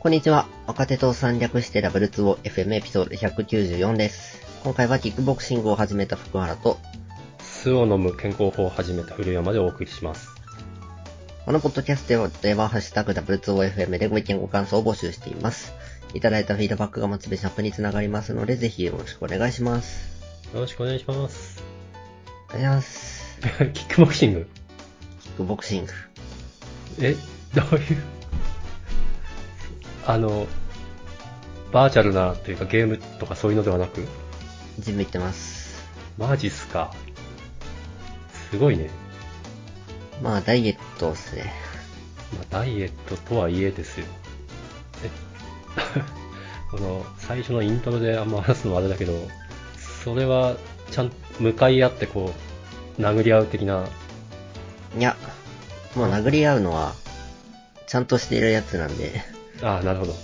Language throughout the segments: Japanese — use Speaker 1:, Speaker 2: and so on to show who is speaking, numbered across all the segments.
Speaker 1: こんにちは。若手と三略してダブルツボ FM エピソード194です。今回はキックボクシングを始めた福原と、
Speaker 2: 酢を飲む健康法を始めた古山でお送りします。
Speaker 1: このポッドキャストでは、ハッシュタグ W2OFM でご意見ご感想を募集しています。いただいたフィードバックがモチベーションアップにつながりますので、ぜひよろしくお願いします。
Speaker 2: よろしくお願いします。
Speaker 1: お願いします。
Speaker 2: キックボクシング
Speaker 1: キックボクシング。
Speaker 2: えどういうあの、バーチャルなというかゲームとかそういうのではなく、
Speaker 1: ジム行ってます。
Speaker 2: マジっすか。すごいね。
Speaker 1: まあ、ダイエットですね。
Speaker 2: まあ、ダイエットとはいえですよ。え この、最初のイントロであんま話すのはあれだけど、それは、ちゃん、向かい合ってこう、殴り合う的な、
Speaker 1: いや、もう殴り合うのは、ちゃんとしてるやつなんで、
Speaker 2: ああ、なるほど。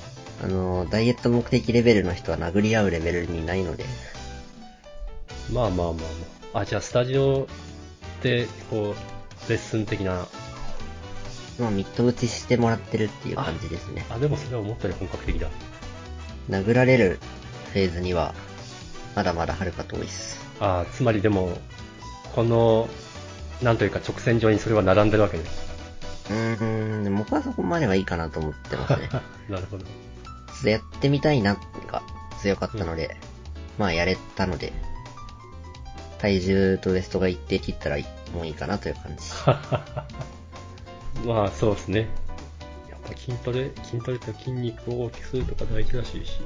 Speaker 1: あの、ダイエット目的レベルの人は殴り合うレベルにないので、
Speaker 2: まあまあまあまあ。あ、じゃあスタジオで、こう、レッスン的な。
Speaker 1: まあ、ミット打ちしてもらってるっていう感じですね。
Speaker 2: あ、でもそれは思ったより本格的だ。
Speaker 1: 殴られるフェーズには、まだまだはるか遠いです。
Speaker 2: あつまりでも、この、なんというか直線上にそれは並んでるわけね。
Speaker 1: うーん、でも僕はそこまではいいかなと思って ますね。ちょ
Speaker 2: なるほど。
Speaker 1: っとやってみたいなが強かったので、まあやれたので、体重とウエストが一定切ったらもういいかなという感じ。
Speaker 2: まあそうですね。やっぱ筋トレ、筋トレって筋肉を大きくするとか大事らしいし、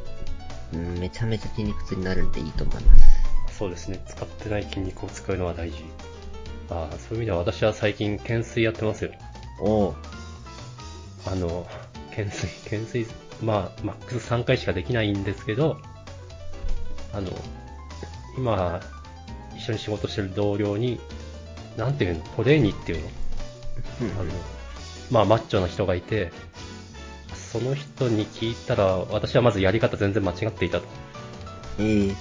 Speaker 1: うん、めちゃめちゃ筋肉痛になるんでいいと思います。
Speaker 2: そうですね。使ってない筋肉を使うのは大事。ああ、そういう意味では私は最近懸垂やってますよ。
Speaker 1: おう、
Speaker 2: あの、懸垂、懸垂、まあ、マックス3回しかできないんですけど、あの、今、一緒に仕事してる同僚に、なんていうの、トレーニーっていうの、
Speaker 1: うん
Speaker 2: あの、まあ、マッチョな人がいて、その人に聞いたら、私はまずやり方全然間違っていたと。
Speaker 1: ええ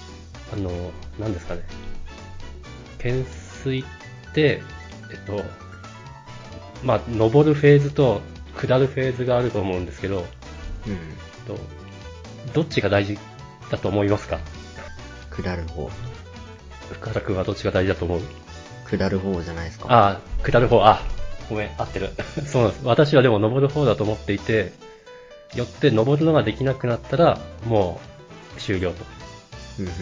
Speaker 2: あの、なんですかね。懸垂って、えっと、まあ、登るフェーズと下るフェーズがあると思うんですけど、
Speaker 1: うん、
Speaker 2: と、どっちが大事だと思いますか
Speaker 1: 下る方。
Speaker 2: 深田君はどっちが大事だと思う
Speaker 1: 下る方じゃないですか。
Speaker 2: ああ、下る方、あ、ごめん、合ってる。 そうなんです。私はでも登る方だと思っていて、よって登るのができなくなったら、もう終了と。
Speaker 1: うん、うん、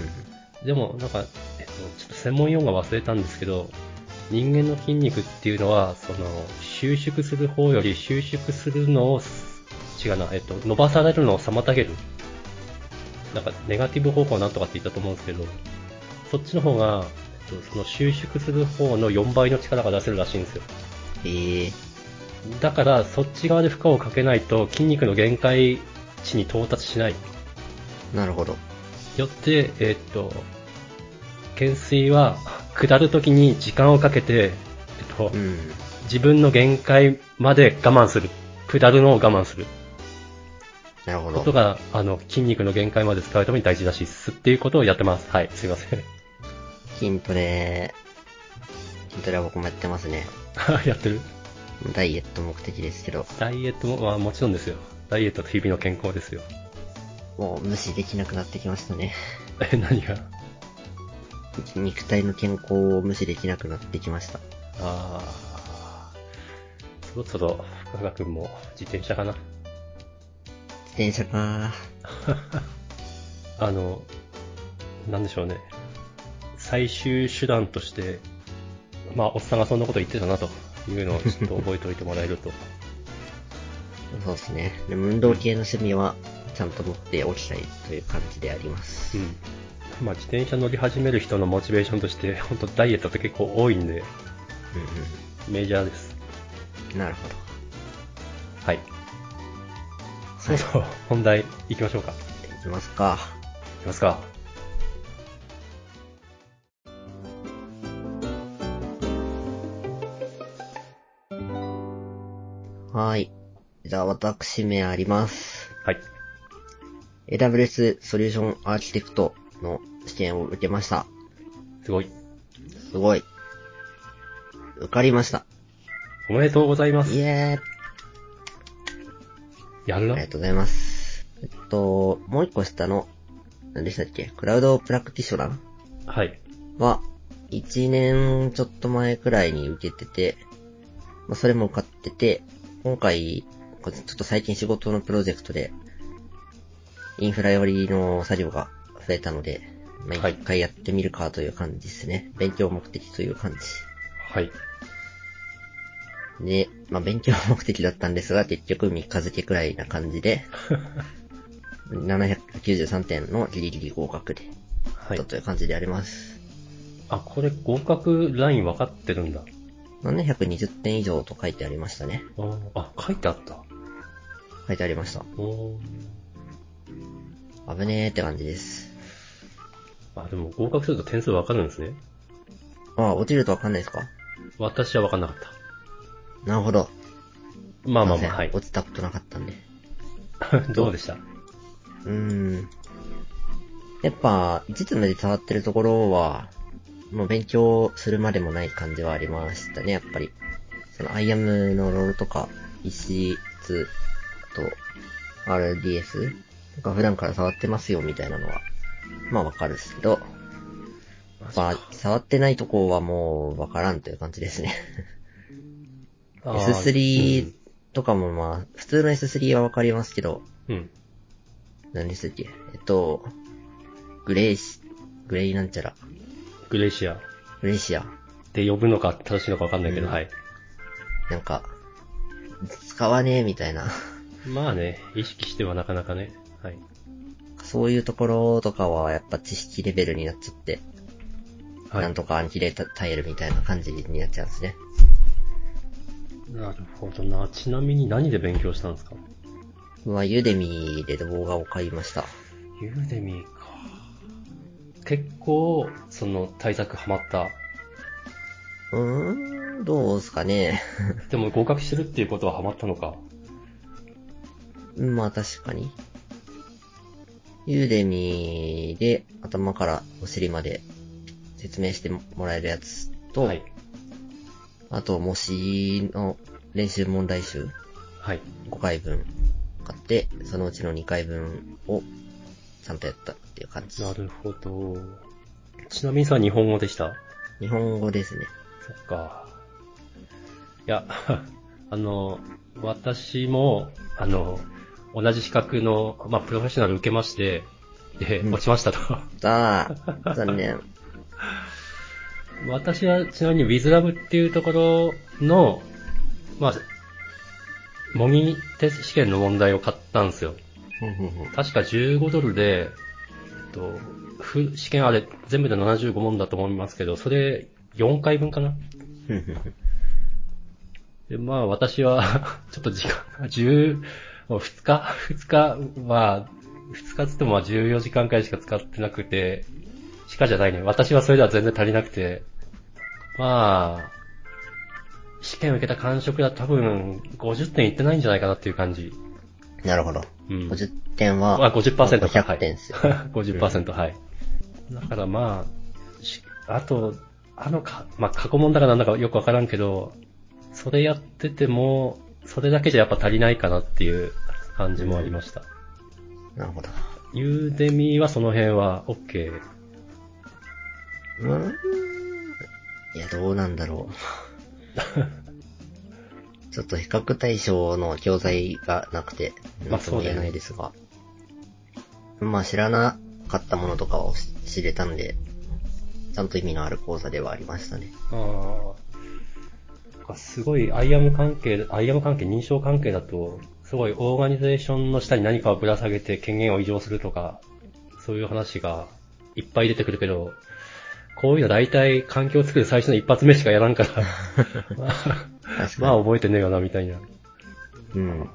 Speaker 2: でも、なんか、えっと、ちょっと専門用語忘れたんですけど、人間の筋肉っていうのは、その、収縮する方より収縮するのを、違うな、えっと、伸ばされるのを妨げる。なんか、ネガティブ方向なんとかって言ったと思うんですけど、そっちの方が、えっと、その収縮する方の4倍の力が出せるらしいんですよ。
Speaker 1: ええ
Speaker 2: だから、そっち側で負荷をかけないと、筋肉の限界値に到達しない。
Speaker 1: なるほど。
Speaker 2: よって、えーっと、懸垂は下るときに時間をかけて、えっと、
Speaker 1: うん。
Speaker 2: 自分の限界まで我慢する。下るのを我慢する。
Speaker 1: なるほ
Speaker 2: こと
Speaker 1: ど。
Speaker 2: が、あの、筋肉の限界まで使うために大事らしいっす。っていうことをやってます。はい、すいません。
Speaker 1: 筋トレ、筋トレは僕もやってますね。
Speaker 2: やってる
Speaker 1: ダイエット目的ですけど、
Speaker 2: ダイエットも、まあもちろんですよ。ダイエットと日々の健康ですよ。
Speaker 1: もう無視できなくなってきましたね。
Speaker 2: え、何が
Speaker 1: 肉体の健康を無視できなくなってきました。
Speaker 2: あーそろそろ、福原くんも自転車かな。
Speaker 1: 自転車か
Speaker 2: あの、なんでしょうね。最終手段として、まあ、おっさんがそんなこと言ってたなというのをちょっと覚えておいてもらえ ると。
Speaker 1: そうですね。でも運動系の趣味はちゃんと持っておきたいという感じであります。
Speaker 2: うん。まあ、自転車乗り始める人のモチベーションとして、本当ダイエットって結構多いんで、
Speaker 1: うん
Speaker 2: メジャーです。
Speaker 1: うん。なるほど。
Speaker 2: はい。そうそう、本題行きましょうか。
Speaker 1: いきますか。
Speaker 2: いきますか。
Speaker 1: はーい。じゃあ私名あります。
Speaker 2: はい。
Speaker 1: AWS ソリューションアーキテクトの試験を受けました。
Speaker 2: すごい。
Speaker 1: すごい。受かりました。
Speaker 2: おめでとうございます。
Speaker 1: イエーイ。
Speaker 2: やる
Speaker 1: あり
Speaker 2: な
Speaker 1: が。とうございます。えっと、もう一個下の、何でしたっけクラウドプラクティショナ
Speaker 2: はい。
Speaker 1: ーは、1年ちょっと前くらいに受けてて、まあ、それも受かってて、今回、これちょっと最近仕事のプロジェクトで、インフラ寄りの作業が増えたので、まあ、
Speaker 2: はい
Speaker 1: 一回やってみるかという感じですね。勉強目的という感じ。
Speaker 2: はい。
Speaker 1: で、まあ、勉強目的だったんですが、結局3日付くらいな感じ で、793点のギリギリ合格で、
Speaker 2: はい
Speaker 1: だ。という感じであります。
Speaker 2: あ、これ合格ライン分かってるんだ。
Speaker 1: 720点以上と書いてありましたね。
Speaker 2: あーあ、書いてあった。
Speaker 1: 書いてありました。
Speaker 2: おー
Speaker 1: 危ねーって感じです。
Speaker 2: あ、でも合格すると点数分かるんですね。
Speaker 1: あ、落ちるとわかんないですか
Speaker 2: 私は分かんなかっ
Speaker 1: なるほど。
Speaker 2: た。まあまあ
Speaker 1: すいせ
Speaker 2: まあ、
Speaker 1: ん
Speaker 2: はい。
Speaker 1: 落ちたことなかったんで。
Speaker 2: どうでした
Speaker 1: うーん。やっぱ、実務で触ってるところは、もう勉強するまでもない感じはありましたね、やっぱり。その、アイアムのロールとか、EC2 と RDS とか普段から触ってますよ、みたいなのは。まあわかるですけど、まあ、触ってないとこはもうわからんという感じですね。
Speaker 2: あー
Speaker 1: S3 とかもまあ、普通の S3 はわかりますけど、
Speaker 2: うん。うん
Speaker 1: 何でしたっけえっと、グレイシ、グレイなんちゃら、
Speaker 2: グレイシアっ
Speaker 1: グレイシア、
Speaker 2: て呼ぶのか正しいのか分かんないけど、
Speaker 1: うん
Speaker 2: はい。
Speaker 1: なんか、使わねえみたいな、
Speaker 2: まあね、意識してはなかなかね。はい。
Speaker 1: そういうところとかはやっぱ知識レベルになっちゃって、
Speaker 2: はい。
Speaker 1: なんとかアンキレータ耐えるみたいな感じになっちゃうんですね。
Speaker 2: なるほどな。ちなみに何で勉強したんですか
Speaker 1: まあ、ユーデミーで動画を買いました。
Speaker 2: ユーデミーか。結構、その対策ハマった。
Speaker 1: うーん、どうですかね。
Speaker 2: でも合格してるっていうことはハマったのか。
Speaker 1: うんまあ確かに。ユーデミーで頭からお尻まで説明してもらえるやつと、
Speaker 2: はい。
Speaker 1: あと模試の練習問題集
Speaker 2: はい。
Speaker 1: 5回分買って、そのうちの2回分をちゃんとやったっていう感じ。
Speaker 2: なるほど。ちなみにさ、日本語でした
Speaker 1: 日本語ですね。
Speaker 2: そっか。いや、 あの、私も、あの、同じ資格の、まあ、プロフェッショナル受けまして、で、
Speaker 1: うん
Speaker 2: 落ちましたと。
Speaker 1: さあ、残念。
Speaker 2: 私は、ちなみに、ウィズラブっていうところの、まあ、模擬テスト試験の問題を買ったんですよ。
Speaker 1: ふんふんふん
Speaker 2: 確か15ドルで、えっと、ふ試験あれ、全部で75問だと思いますけど、それ4回分かな
Speaker 1: ふんふんふん
Speaker 2: で、まあ私は、 ちょっと時間が10、もう2日 ?2 日は、2日つってもまあ14時間くらいしか使ってなくて、しかじゃないね。私はそれでは全然足りなくて、まあ、試験を受けた感触だと多分50点いってないんじゃないかなっていう感じ。
Speaker 1: なるほど。
Speaker 2: うん。
Speaker 1: 50点
Speaker 2: まあ
Speaker 1: は、
Speaker 2: 50%か。
Speaker 1: 100点ですよ。
Speaker 2: はい、50%、はい。 だからまあ、しあと、あのか、まあ過去問だからなんだかよくわからんけど、それやってても、それだけじゃやっぱ足りないかなっていう感じもありました。
Speaker 1: なるほど。
Speaker 2: ユーデミーはその辺は OK。
Speaker 1: うーん。いや、どうなんだ ろう。ちょっと比較対象の教材がなくて、な
Speaker 2: まあ
Speaker 1: んとも
Speaker 2: そうだ
Speaker 1: 言え
Speaker 2: よね
Speaker 1: ないですが。まあ知らなかったものとかを知れたんで、ちゃんと意味のある講座ではありましたね。
Speaker 2: ああ。すごい、アイアム関係、アイアム関係、認証関係だと、すごい、オーガニゼーションの下に何かをぶら下げて権限を移譲するとか、そういう話がいっぱい出てくるけど、こういうの大体環境を作る最初の一発目しかやらんから、まあ、
Speaker 1: 確
Speaker 2: ま
Speaker 1: か
Speaker 2: あ
Speaker 1: に。
Speaker 2: 覚えてねえよな、みたいな。
Speaker 1: うん。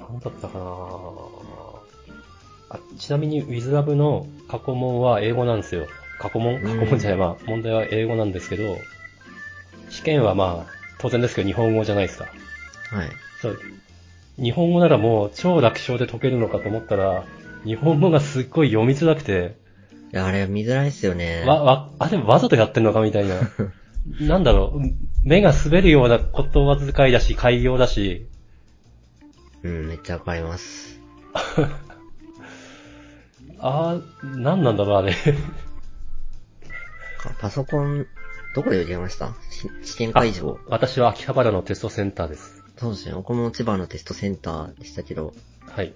Speaker 2: 何だったかなあちなみに、ウィズラブの過去問は英語なんですよ。過去問過去問じゃない、まあ、問題は英語なんですけど、試験はまあ、当然ですけど、日本語じゃないですか。
Speaker 1: はい。
Speaker 2: そう。日本語ならもう、超楽勝で解けるのかと思ったら、日本語がすっごい読みづらくて、
Speaker 1: いや、あれ見づらいっすよね。
Speaker 2: わ、わ、あ、でもわざとやってんのかみたいな。なんだろう、目が滑るような言葉遣いだし、改行だし、
Speaker 1: うん、めっちゃわかります。
Speaker 2: ああ、なんなんだろう、あれ。
Speaker 1: かパソコン、どこで受けましたし試験会場。
Speaker 2: あ私は秋葉原のテストセンターです。
Speaker 1: そうですね。僕も千葉のテストセンターでしたけど、
Speaker 2: はい。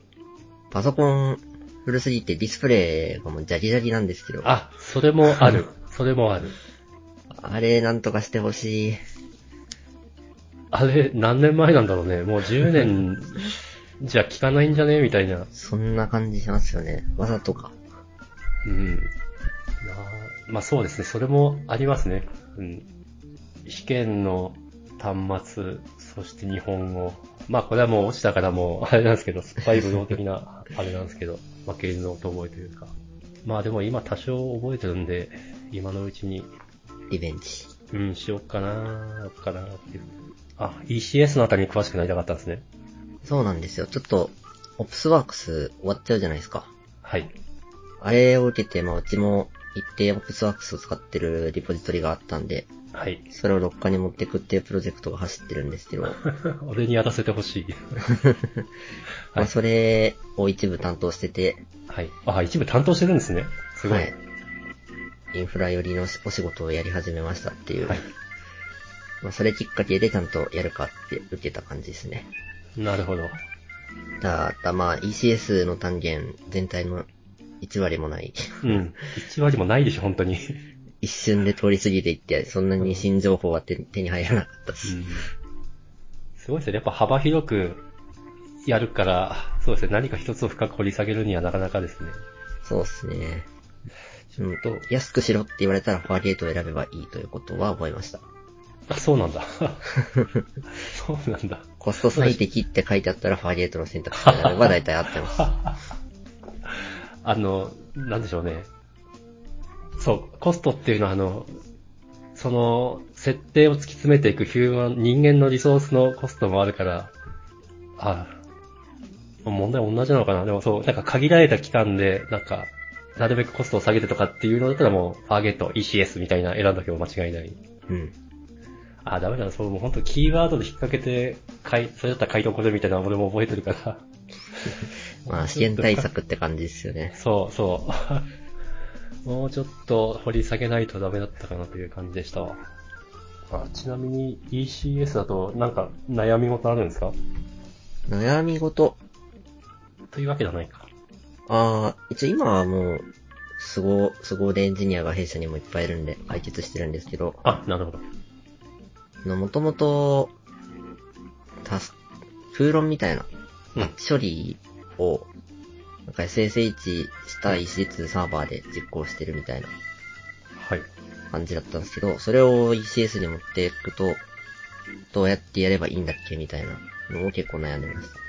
Speaker 1: パソコン古すぎてディスプレイがもうジャリジャリなんですけど、あ
Speaker 2: あ、それもある。それもある。
Speaker 1: れなんとかしてほしい。
Speaker 2: あれ、何年前なんだろうね。もう10年じゃ効かないんじゃねみたいな。
Speaker 1: そんな感じしますよね。わざとか。
Speaker 2: うん。なあまあそうですね。それもありますね。うん。試験の端末、そして日本語。まあこれはもう落ちたからもう、あ れなんですけど、スパイ武道的な、あれなんですけど、負けるのと覚えというか。まあでも今多少覚えてるんで、今のうちに
Speaker 1: リベンジ。
Speaker 2: うん、しよっかな、やろうかなっていう。あ、ECS のあたりに詳しくなりたかったんですね。
Speaker 1: そうなんですよ。ちょっと、オプスワークス終わっちゃうじゃないですか。
Speaker 2: はい。
Speaker 1: あれを受けて、まあうちも一定オプスワークスを使ってるリポジトリがあったんで、
Speaker 2: はい。
Speaker 1: それをロッカに持ってくっていうプロジェクトが走ってるんですけど、
Speaker 2: 俺にやらせてほしい。
Speaker 1: まあそれを一部担当してて、
Speaker 2: はい。あ、一部担当してるんですね。すごい。
Speaker 1: はい。インフラ寄りのお仕事をやり始めましたっていう。
Speaker 2: はい
Speaker 1: まあ、それきっかけでちゃんとやるかって受けた感じですね。
Speaker 2: なるほど。
Speaker 1: ただ、まあ、ECS の単元全体の1割もない。
Speaker 2: うん。1割もないでしょ、本当に。
Speaker 1: 一瞬で通り過ぎていって、そんなに新情報は手手に入らなかったし。
Speaker 2: すごいですね。やっぱ幅広くやるから、そうですね。何か一つを深く掘り下げるにはなかなかですね。
Speaker 1: そうですね。
Speaker 2: ちょっと、
Speaker 1: 安くしろって言われたらファーゲートを選べばいいということは覚えました。
Speaker 2: あ、そうなんだ。そうなんだ。
Speaker 1: コスト最適って書いてあったらファーゲートの選択肢になれば大体合って ます。
Speaker 2: あの、なんでしょうね。そう、コストっていうのは、あの、その、設定を突き詰めていくヒューマン、人間のリソースのコストもあるから、あ問題同じなのかな。でもそう、なんか限られた期間で、なんか、なるべくコストを下げてとかっていうのだったらもう、ファーゲット、ECS みたいな選んだけど間違いない。
Speaker 1: うん。
Speaker 2: あ、ダメだな、そう、もう本当キーワードで引っ掛けて、かい、それだったら回答これみたいなの俺も覚えてるから。
Speaker 1: まあ、試験対策って感じですよね。
Speaker 2: そうそう。 もうちょっと掘り下げないとダメだったかなという感じでしたわ。あちなみに ECS だとなんか悩み事あるんですか
Speaker 1: 悩み事。
Speaker 2: というわけじゃないか。
Speaker 1: ああ、一応今はもう、すご、すごでエンジニアが弊社にもいっぱいいるんで解決してるんですけど、
Speaker 2: あ、なるほど。
Speaker 1: もともと、タス、空論みたいな
Speaker 2: うん。
Speaker 1: 処理を、なんか SSH したい施設サーバーで実行してるみたいな
Speaker 2: はい。
Speaker 1: 感じだったんですけど、それを ECS に持っていくと、どうやってやればいいんだっけみたいなのを結構悩んでました。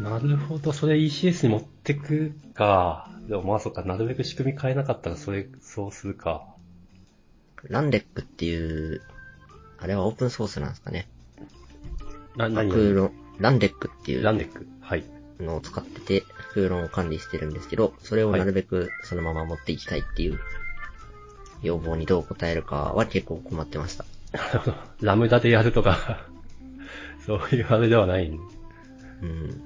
Speaker 2: あなるほど。それ ECS に持ってくか。でもまあそっか、なるべく仕組み変えなかったらそれ、そうするか。
Speaker 1: ランデックっていう、あれはオープンソースなんですかね。
Speaker 2: な、何
Speaker 1: 空論、ランデックっていう
Speaker 2: ランデック。はい。
Speaker 1: のを使ってて、空論を管理してるんですけど、それをなるべくそのまま持っていきたいっていう要望にどう応えるかは結構困ってました。
Speaker 2: なるほど。ラムダでやるとか、 そういうあれではない。
Speaker 1: うん。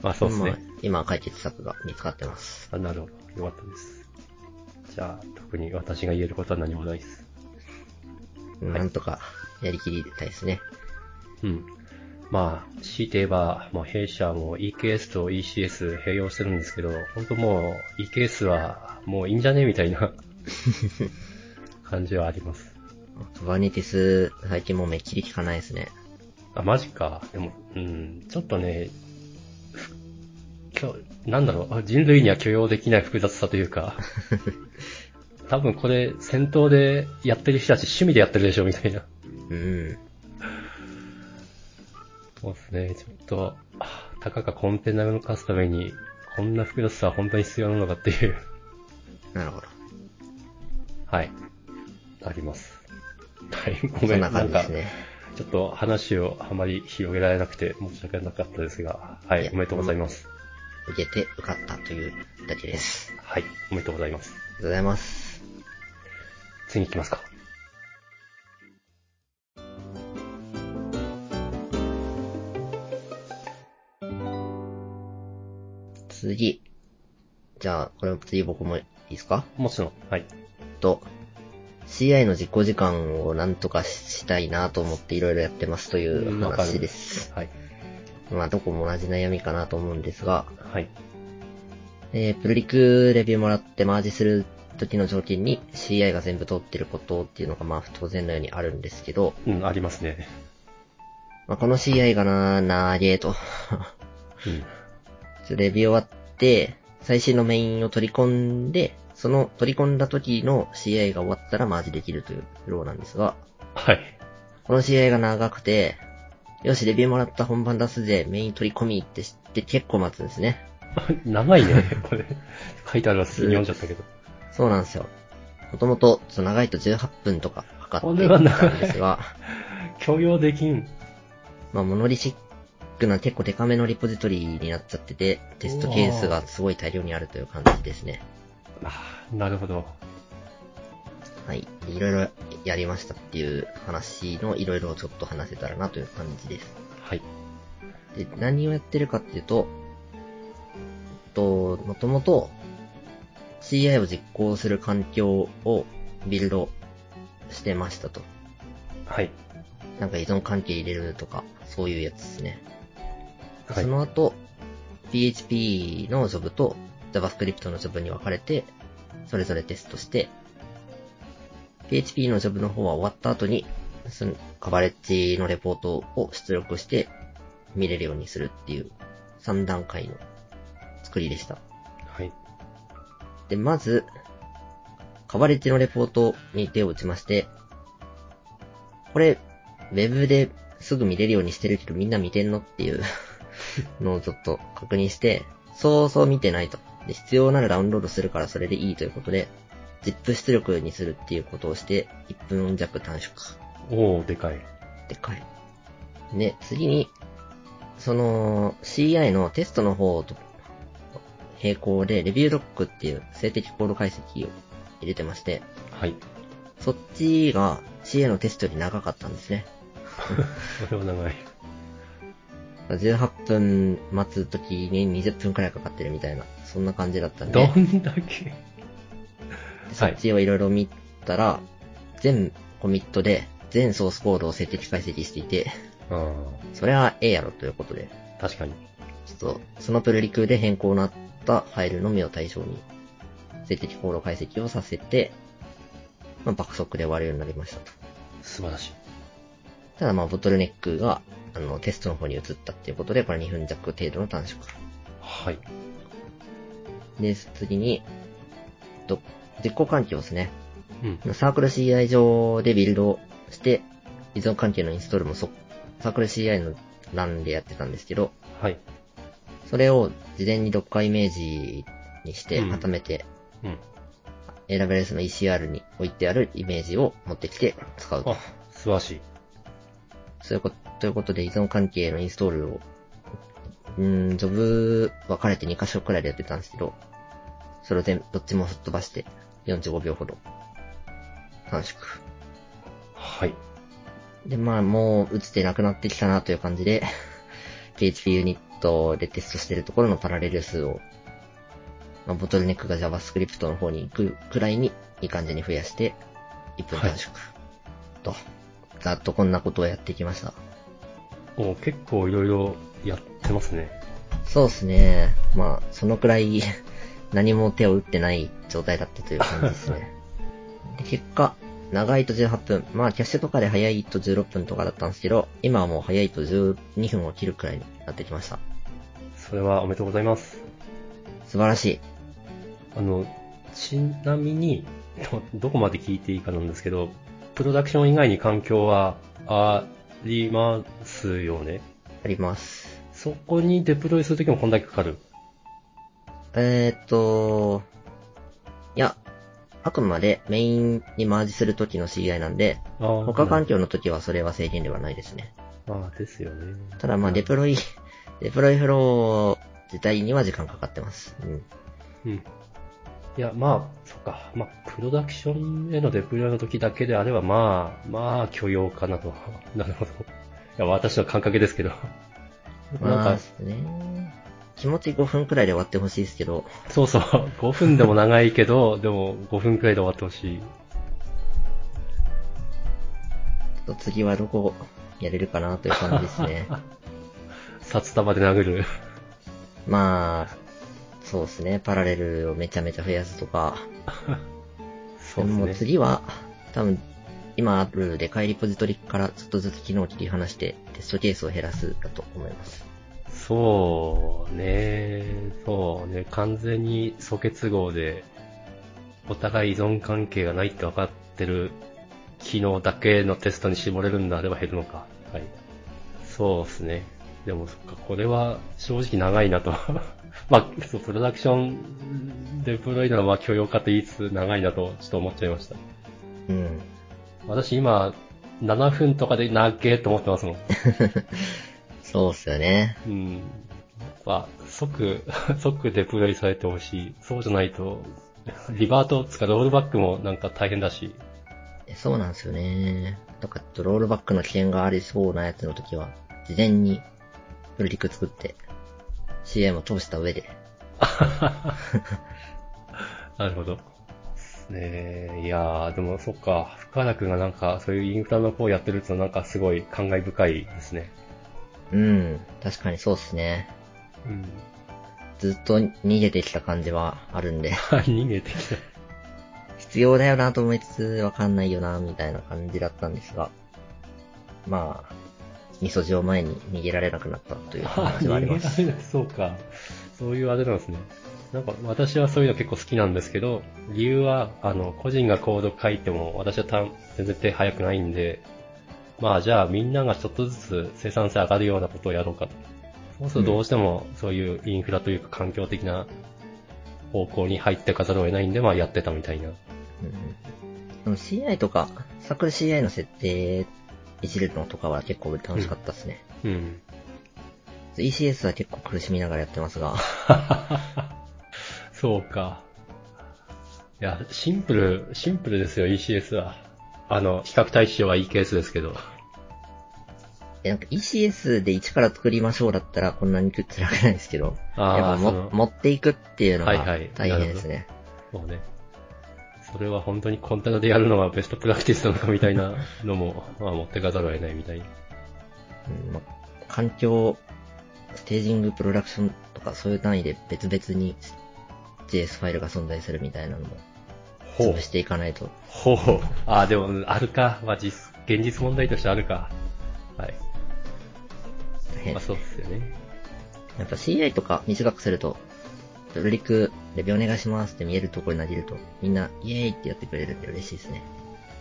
Speaker 2: まあそうですね。
Speaker 1: まあ今解決策が見つかってます。
Speaker 2: あ、なるほど。よかったです。じゃあ、特に私が言えることは何もないです。
Speaker 1: うんなんとかやりきりたいですね。
Speaker 2: うん。まあ、強いて言えば、もう弊社も EKS と ECS 併用してるんですけど、本当もう EKS はもういいんじゃねみたいな感じはあります。
Speaker 1: クバネティス最近もうめっきり効かないですね。
Speaker 2: あ、マジか。でも、うん、ちょっとね、ふきょなんだろう、あ人類には許容できない複雑さというか、多分これ戦闘でやってる人たち趣味でやってるでしょみたいな。
Speaker 1: うん。
Speaker 2: そうですね、ちょっと、あたかがコンテナを動かすために、こんな複雑さは本当に必要なのかっていう、
Speaker 1: なるほど。
Speaker 2: はい、あります。はい、ご
Speaker 1: そ
Speaker 2: め
Speaker 1: ん
Speaker 2: ん、
Speaker 1: な
Speaker 2: な
Speaker 1: 感
Speaker 2: ん
Speaker 1: じで
Speaker 2: か
Speaker 1: す、ね。
Speaker 2: ちょっと話をあまり広げられなくて申し訳なかったですが、はい
Speaker 1: い、や
Speaker 2: おめでとうございます。
Speaker 1: 受けて受かったというだけです。あ
Speaker 2: はい、おめでとうございます。
Speaker 1: りがとうございます。
Speaker 2: 次行きますか。
Speaker 1: 次。じゃあ、これも次僕もいいですか
Speaker 2: もちろん。はい。
Speaker 1: と、CI の実行時間をなんとかししたいなと思っていろいろやってますという
Speaker 2: うんわかる
Speaker 1: 話です。
Speaker 2: はい。
Speaker 1: まあ、どこも同じ悩みかなと思うんですが、
Speaker 2: はい。
Speaker 1: えープルリクレビューもらってマージする時の条件に CI が全部通ってることっていうのがまあ当然のようにあるんですけど、
Speaker 2: うん、ありますね。
Speaker 1: まあ、この CI がなー、なーげーと。
Speaker 2: うん。
Speaker 1: ちょレビュー終わって、最新のメインを取り込んで、その取り込んだ時の CI が終わったらマージできるというフローなんですが、
Speaker 2: はい。
Speaker 1: この CI が長くて、よし、レビューもらった本番出すぜ、メイン取り込みって知って結構待つんですね。
Speaker 2: 長い ね、これ。書いてあるわ、すぐに読んじゃったけど。
Speaker 1: そうなんですよ。もともと、ちょっと長いと18分とかかかってい
Speaker 2: これは
Speaker 1: た
Speaker 2: 長い
Speaker 1: んですが、
Speaker 2: 許容できん。
Speaker 1: まあ、モノリシックな結構デカめのリポジトリになっちゃってて、テストケースがすごい大量にあるという感じですね。
Speaker 2: あーなるほど。
Speaker 1: はい。いろいろやりましたっていう話のいろいろをちょっと話せたらなという感じです。
Speaker 2: はい。
Speaker 1: で、何をやってるかっていうと、えっと、もともと CI を実行する環境をビルドしてましたと。
Speaker 2: はい。
Speaker 1: なんか依存関係入れるとか、そういうやつですね。
Speaker 2: はい
Speaker 1: その後、PHP のジョブと JavaScript のジョブに分かれて、それぞれテストして、PHP のジョブの方は終わった後に、そのカバレッジのレポートを出力して見れるようにするっていう3段階の作りでした。
Speaker 2: はい。
Speaker 1: で、まず、カバレッジのレポートに手を打ちまして、これ、ウェブですぐ見れるようにしてるけどみんな見てんのっていう のをちょっと確認して、そうそう見てないと。で、必要ならダウンロードするからそれでいいということで、ZIP 出力にするっていうことをして、1分弱短縮。
Speaker 2: おー、でかい。
Speaker 1: でかい。で、次に、その CI のテストの方と並行で、レビューロックっていう静的コール解析を入れてまして、
Speaker 2: はい。
Speaker 1: そっちが CI のテストより長かったんですね。
Speaker 2: これは長い。
Speaker 1: 18分待つ時に20分くらいかかってるみたいな、そんな感じだったんで。
Speaker 2: どんだけ。
Speaker 1: そっちをいろいろ見たら、全コミットで全ソースコードを静的解析していて、
Speaker 2: あ
Speaker 1: それはええやろということで、
Speaker 2: ー確かに。
Speaker 1: ちょっと、そのプルリクで変更のあったファイルのみを対象に、静的航路解析をさせて、まあ、爆速で終わるようになりましたと。
Speaker 2: 素晴らしい。
Speaker 1: ただまあ、ボトルネックが、あの、テストの方に移ったっていうことで、これ2分弱程度の短縮。
Speaker 2: はい。
Speaker 1: で、次に、えっと、実行環境ですね。
Speaker 2: うん。
Speaker 1: サークル CI 上でビルドして、依存関係のインストールもそ、サークル CI の欄でやってたんですけど、
Speaker 2: はい。
Speaker 1: それを事前に Docker イメージにして
Speaker 2: うん
Speaker 1: 固めて、
Speaker 2: うん。
Speaker 1: AWS の ECR に置いてあるイメージを持ってきて使うと
Speaker 2: あ。、素晴らしい。
Speaker 1: そういうこと、ということで依存関係のインストールを、うーん、ジョブ分かれて2箇所くらいでやってたんですけど、それを全、どっちも吹っ飛ばして45秒ほど短縮。
Speaker 2: はい。
Speaker 1: で、まあもう打つ手なくなってきたなという感じで、PHP ユニットでテストしてるところのパラレル数を、まあ、ボトルネックが JavaScript の方に行くくらいにいい感じに増やして、1分短縮。と、ざっとこんなことをやってきました。
Speaker 2: お結構いろいろやってますね。
Speaker 1: そうですね。まあ、そのくらい 何も手を打ってない状態だったという感じですね。で結果、長いと18分。まあ、キャッシュとかで早いと16分とかだったんですけど、今はもう早いと12分を切るくらいになってきました。
Speaker 2: それはおめでとうございます。
Speaker 1: 素晴らしい。
Speaker 2: あの、ちなみに、どどこまで聞いていいかなんですけど、プロダクション以外に環境はありますよね。
Speaker 1: あります。
Speaker 2: そこにデプロイするときもこんだけかかる。
Speaker 1: えーっと、いや、あくまでメインにマージするときの CI なんで、
Speaker 2: あー
Speaker 1: 他環境のときはそれは制限ではないですね。
Speaker 2: あーですよね。
Speaker 1: ただまあ、デプロイ、 デプロイフロー自体には時間かかってます。うん。
Speaker 2: うん。いや、まあ、そっか。まあ、プロダクションへのデプロイの時だけであれば、まあ、まあ、許容かなと。 なるほど。いや、私の感覚ですけど。
Speaker 1: ま
Speaker 2: なん
Speaker 1: あ、
Speaker 2: か
Speaker 1: そうね。気持ち5分くらいで終わってほしいですけど、
Speaker 2: そうそう、5分でも長いけど、でも5分くらいで終わってほしい。
Speaker 1: ちょっと次はどこやれるかなという感じです ね。
Speaker 2: 札束で殴る。
Speaker 1: まあ、そうですね、パラレルをめちゃめちゃ増やすとか、
Speaker 2: そう
Speaker 1: もう
Speaker 2: ですね。
Speaker 1: 次は、多分、今あるデカイリポジトリからちょっとずつ機能を切り離して、テストケースを減らすだと思います。
Speaker 2: そうね、そうね、完全に素結合で、お互い依存関係がないって分かってる機能だけのテストに絞れるんであれば減るのか。はい。そうですね。でもそっか、これは正直長いなと。 まあ、そう、プロダクションデプロイのはまあ許容化と言いつつ長いなとちょっと思っちゃいました。
Speaker 1: うん。
Speaker 2: 私今、7分とかで長えと思ってますもん。
Speaker 1: そうっすよね。
Speaker 2: うん。やっぱ、即、 即デプロイされてほしい。そうじゃないと、 リバート、つかロールバックもなんか大変だし。
Speaker 1: えそうなんですよね。だからちょっとロールバックの危険がありそうなやつの時は、事前にフルリク作って、CM を通した上で、
Speaker 2: なるほど。ねえ、いやー、でもそっか、深田くんがなんか、そういうインフラの方やってるってのはなんかすごい感慨深いですね。
Speaker 1: うん、確かにそうっすね。
Speaker 2: うん。
Speaker 1: ずっと逃げてきた感じはあるんで、
Speaker 2: 逃げてきた。
Speaker 1: 必要だよなと思いつつ、わかんないよな、みたいな感じだったんですが、まあ、味噌汁を前に逃げられなくなったという話はあります。
Speaker 2: 逃げられない そうか。そういうあれなんですね。なんか私はそういうの結構好きなんですけど、理由は、あの、個人がコード書いても私は単全然手早くないんで、まあじゃあみんながちょっとずつ生産性上がるようなことをやろうかと。そうするとどうしてもそういうインフラというか環境的な方向に入っていかざるを得ないんで、まあやってたみたい
Speaker 1: う
Speaker 2: な。
Speaker 1: んうんでも CI とか、サークル CI の設定いじるのとかは結構楽しかったですね。
Speaker 2: うん。
Speaker 1: ECS は結構苦しみながらやってますが、
Speaker 2: そうか。いや、シンプル、シンプルですよ、ECS は。あの、比較対象は EKS ですけど。
Speaker 1: えなんか ECS で一から作りましょうだったらこんなに辛くないですけど、
Speaker 2: あー
Speaker 1: やっぱ
Speaker 2: その
Speaker 1: も持っていくっていうの
Speaker 2: はい
Speaker 1: が
Speaker 2: はい
Speaker 1: 大変ですね。
Speaker 2: もうね。それは本当にコンテナでやるのがベストプラクティスなのかみたいなの も、まあ持ってかざるを得ないみたいな。
Speaker 1: うんま環境、ステージング、プロダクションとかそういう単位で別々に JS ファイルが存在するみたいなのも潰していかないと。
Speaker 2: ほう。ああ、でも、あるか。まあ、実、現実問題としてあるか。はい。
Speaker 1: 大変
Speaker 2: まあ、そうですよね。
Speaker 1: やっぱ CI とか短くすると、ルリク、レビューお願いしますって見えるところになじると、みんな、イエーイってやってくれるんで嬉しいですね。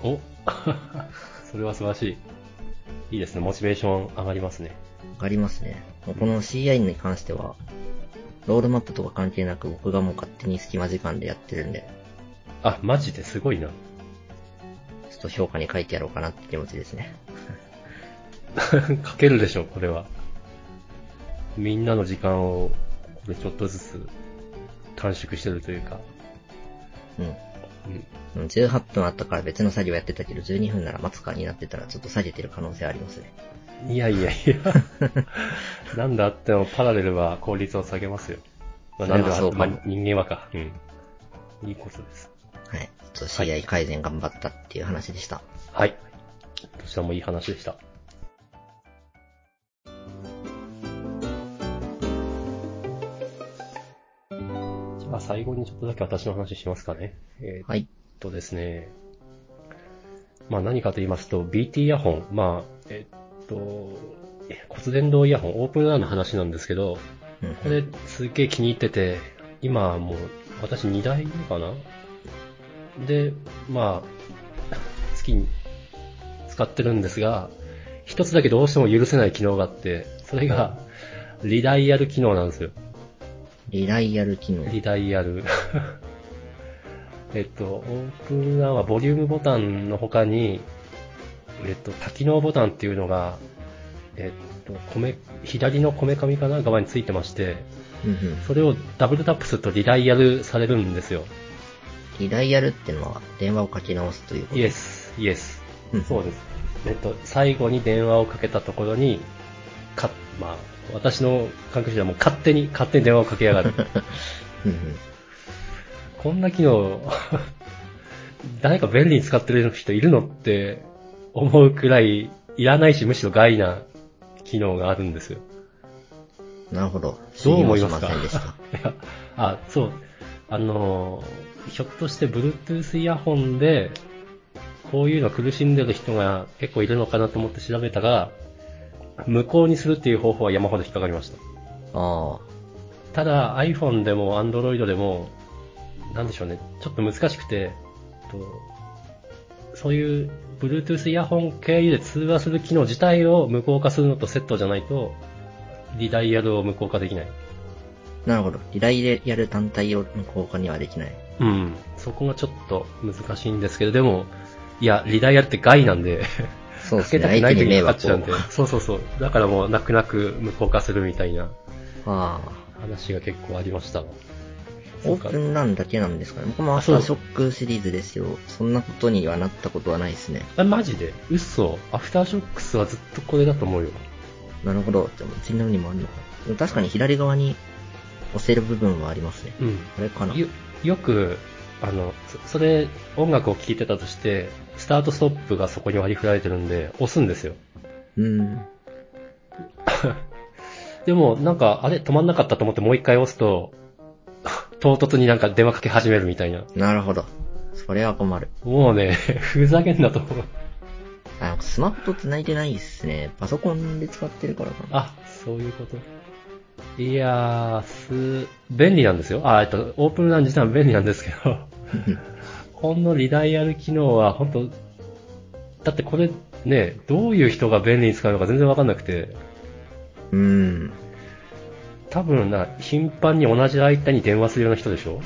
Speaker 2: お それは素晴らしい。いいですね。モチベーション上がりますね。
Speaker 1: わかりますね。もうこの CI に関しては、ロールマップとか関係なく僕がもう勝手に隙間時間でやってるんで、
Speaker 2: あ、マジですごいな。
Speaker 1: ちょっと評価に書いてやろうかなって気持ちですね。
Speaker 2: かけるでしょ、これは。みんなの時間を、これちょっとずつ短縮してるというか。
Speaker 1: うん。
Speaker 2: うん、
Speaker 1: うん18分あったから別の作業やってたけど、12分なら待つかになってたらちょっと下げてる可能性ありますね。
Speaker 2: いやいやい や。なんだあってもパラレルは効率を下げますよ。ま
Speaker 1: そ
Speaker 2: あ、な
Speaker 1: れ
Speaker 2: んだ
Speaker 1: は
Speaker 2: あっ
Speaker 1: そう
Speaker 2: ても、ま
Speaker 1: か
Speaker 2: あ
Speaker 1: も、
Speaker 2: 人間はか。うん。いいことです。
Speaker 1: はい。ちょっと CI 改善頑張ったっていう話でした。
Speaker 2: はい。どちらもいい話でした。じゃあ最後にちょっとだけ私の話しますかね。えー
Speaker 1: はい。
Speaker 2: えっとですね、まあ何かと言いますと、BT イヤホン、まあ、えっと、骨伝導イヤホン、オープンラーの話なんですけど、
Speaker 1: うんうん
Speaker 2: これすっげえ気に入ってて、今もう、私2台目かなで、まあ、月に使ってるんですが、一つだけどうしても許せない機能があって、それが、リダイヤル機能なんですよ。
Speaker 1: リライアル機能。
Speaker 2: リダイヤル。 えっと、オープンランはボリュームボタンの他に、えっと、多機能ボタンっていうのが、えっと、こめ左のこめかみかな側についてまして、
Speaker 1: うんうん
Speaker 2: それをダブルタップするとリダイヤルされるんですよ。
Speaker 1: リダイヤルってのは電話をかけ直すということ。
Speaker 2: イエス、イエス。
Speaker 1: うん
Speaker 2: そうです。えっと、最後に電話をかけたところに、か、まあ、私の関係者はもう勝手に、勝手に電話をかけやがる。
Speaker 1: うんうん。
Speaker 2: こんな機能、誰か便利に使ってる人いるのって思うくらい、いらないし、むしろ害な機能があるんですよ。
Speaker 1: なるほど。
Speaker 2: どう思います
Speaker 1: 知
Speaker 2: か
Speaker 1: りもしませんでした。
Speaker 2: いや、あ、そう。あのー、ひょっとして Bluetooth イヤホンで、こういうの苦しんでる人が結構いるのかなと思って調べたが、無効にするっていう方法は山ほど引っかかりました。
Speaker 1: あ
Speaker 2: ただ iPhone でも Android でも、なんでしょうね、ちょっと難しくて、とそういう Bluetooth イヤホン経由で通話する機能自体を無効化するのとセットじゃないと、リダイヤルを無効化できない。
Speaker 1: あ。なるほど。依頼でやる単体の効果にはできない。
Speaker 2: うん。そこがちょっと難しいんですけど、でも、いや、リダイヤルって害なんで、
Speaker 1: そうで
Speaker 2: か
Speaker 1: す
Speaker 2: け
Speaker 1: ね。
Speaker 2: たくな
Speaker 1: 相
Speaker 2: い
Speaker 1: 手
Speaker 2: 時
Speaker 1: に迷
Speaker 2: にかかっ
Speaker 1: 惑
Speaker 2: ちゃうんで
Speaker 1: を。、
Speaker 2: そうそうそう。だからもう、泣く泣く無効化するみたいな
Speaker 1: ああ。
Speaker 2: 話が結構ありました。そ
Speaker 1: オ
Speaker 2: うか
Speaker 1: ープンランだけなんですかね。僕もアフターショックシリーズですよ。そんなことにはなったことはないですね。
Speaker 2: あ、マジで嘘アフターショックスはずっとこれだと思うよ。
Speaker 1: なるほど。でも、次のにもあるのかな。でも確かに左側に押せる部分はありますね。
Speaker 2: うん。
Speaker 1: これかな。
Speaker 2: よ、よく、あの、そそれ、音楽を聴いてたとして、スタートストップがそこに割り振られてるんで、押すんですよ。
Speaker 1: うん。
Speaker 2: でも、なんか、あれ、止まんなかったと思ってもう一回押すと、 唐突になんか電話かけ始めるみたいな。
Speaker 1: なるほど。それは困る。
Speaker 2: もうね、 ふざけんなと 思う。
Speaker 1: あ、スマホと繋いでないですね。パソコンで使ってるからかな。
Speaker 2: あ、そういうこと。いやー、す、便利なんですよ。あ、えっと、オープンラン自体は便利なんですけど、このリダイヤル機能は本当だってこれね、どういう人が便利に使うのか全然わかんなくて、
Speaker 1: うん。
Speaker 2: 多分な、頻繁に同じ相手に電話するような人でしょ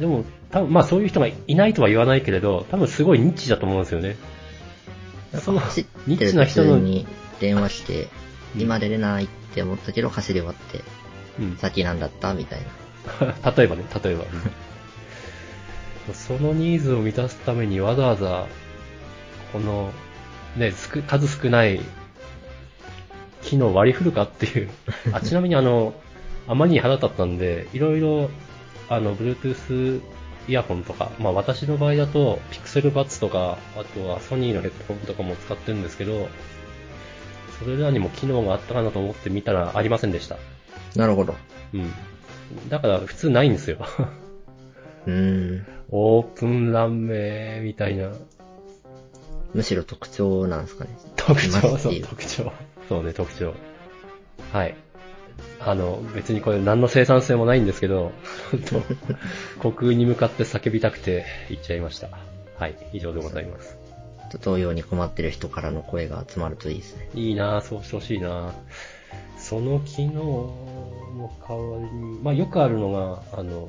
Speaker 2: でも、多分まあそういう人がいないとは言わないけれど、多分すごいニッチだと思うんですよね。その
Speaker 1: 走って
Speaker 2: ニッ
Speaker 1: る
Speaker 2: チな
Speaker 1: 途
Speaker 2: 人
Speaker 1: 中
Speaker 2: の、
Speaker 1: に電話して、
Speaker 2: うん
Speaker 1: 今出れないって思ったけど、走り終わって、
Speaker 2: うん、
Speaker 1: さっきなんだったみたいな。
Speaker 2: 例えばね、例えば。そのニーズを満たすためにわざわざ、この、ね、すく数少ない機能を割り振るかっていう。あちなみにあの、あまりに腹立ったんで、いろいろ、あの、Bluetooth イヤホンとか、まあ私の場合だと、Pixel Buds とか、あとはソニーのヘッドホンとかも使ってるんですけど、それらにも機能があったかなと思って見たらありませんでした。
Speaker 1: なるほど。
Speaker 2: うん。だから普通ないんですよ。
Speaker 1: うーん。
Speaker 2: オープンラン名みたいな
Speaker 1: むしろ特徴なんですかね。
Speaker 2: 特
Speaker 1: い
Speaker 2: 徴、
Speaker 1: ます
Speaker 2: そ
Speaker 1: って
Speaker 2: う、
Speaker 1: いう
Speaker 2: 特徴。そうね、特徴。はい。あの、別にこれ何の生産性もないんですけ ど、本当虚空に向かって叫びたくて言っちゃいました。はい、以上でございます。
Speaker 1: ちょっと同様に困ってる人からの声が集まるといいですね。
Speaker 2: いいなぁ、そうしてほしいなぁ。その機能の代わりに、まあよくあるのが、あの、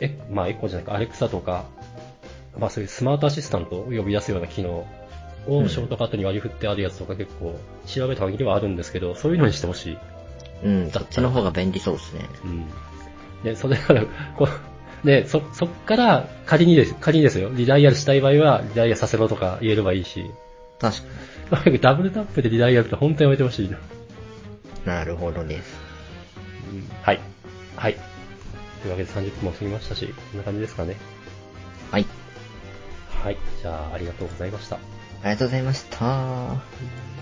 Speaker 2: え、まあエコーじゃないか、アレクサとか、まあそういうスマートアシスタントを呼び出すような機能
Speaker 1: う
Speaker 2: を
Speaker 1: ん
Speaker 2: ショートカットに割り振ってあるやつとか結構調べた限りはあるんですけど、そういうのにしてほしい。
Speaker 1: うん、そっちの方が便利そうですね。
Speaker 2: うん。で、それから、こう、で、そ、そっから仮にです、仮にですよ、リダイヤルしたい場合は、リダイヤルさせろとか言えればいいし、
Speaker 1: 確か
Speaker 2: とにかくダブルタップでリダイヤルって本当にやめてほしいな。
Speaker 1: に。なるほどです。
Speaker 2: はい。はい。というわけで30分も過ぎましたし、こんな感じですかね。
Speaker 1: はい。
Speaker 2: はい。じゃあ、ありがとうございました。
Speaker 1: ありがとうございました。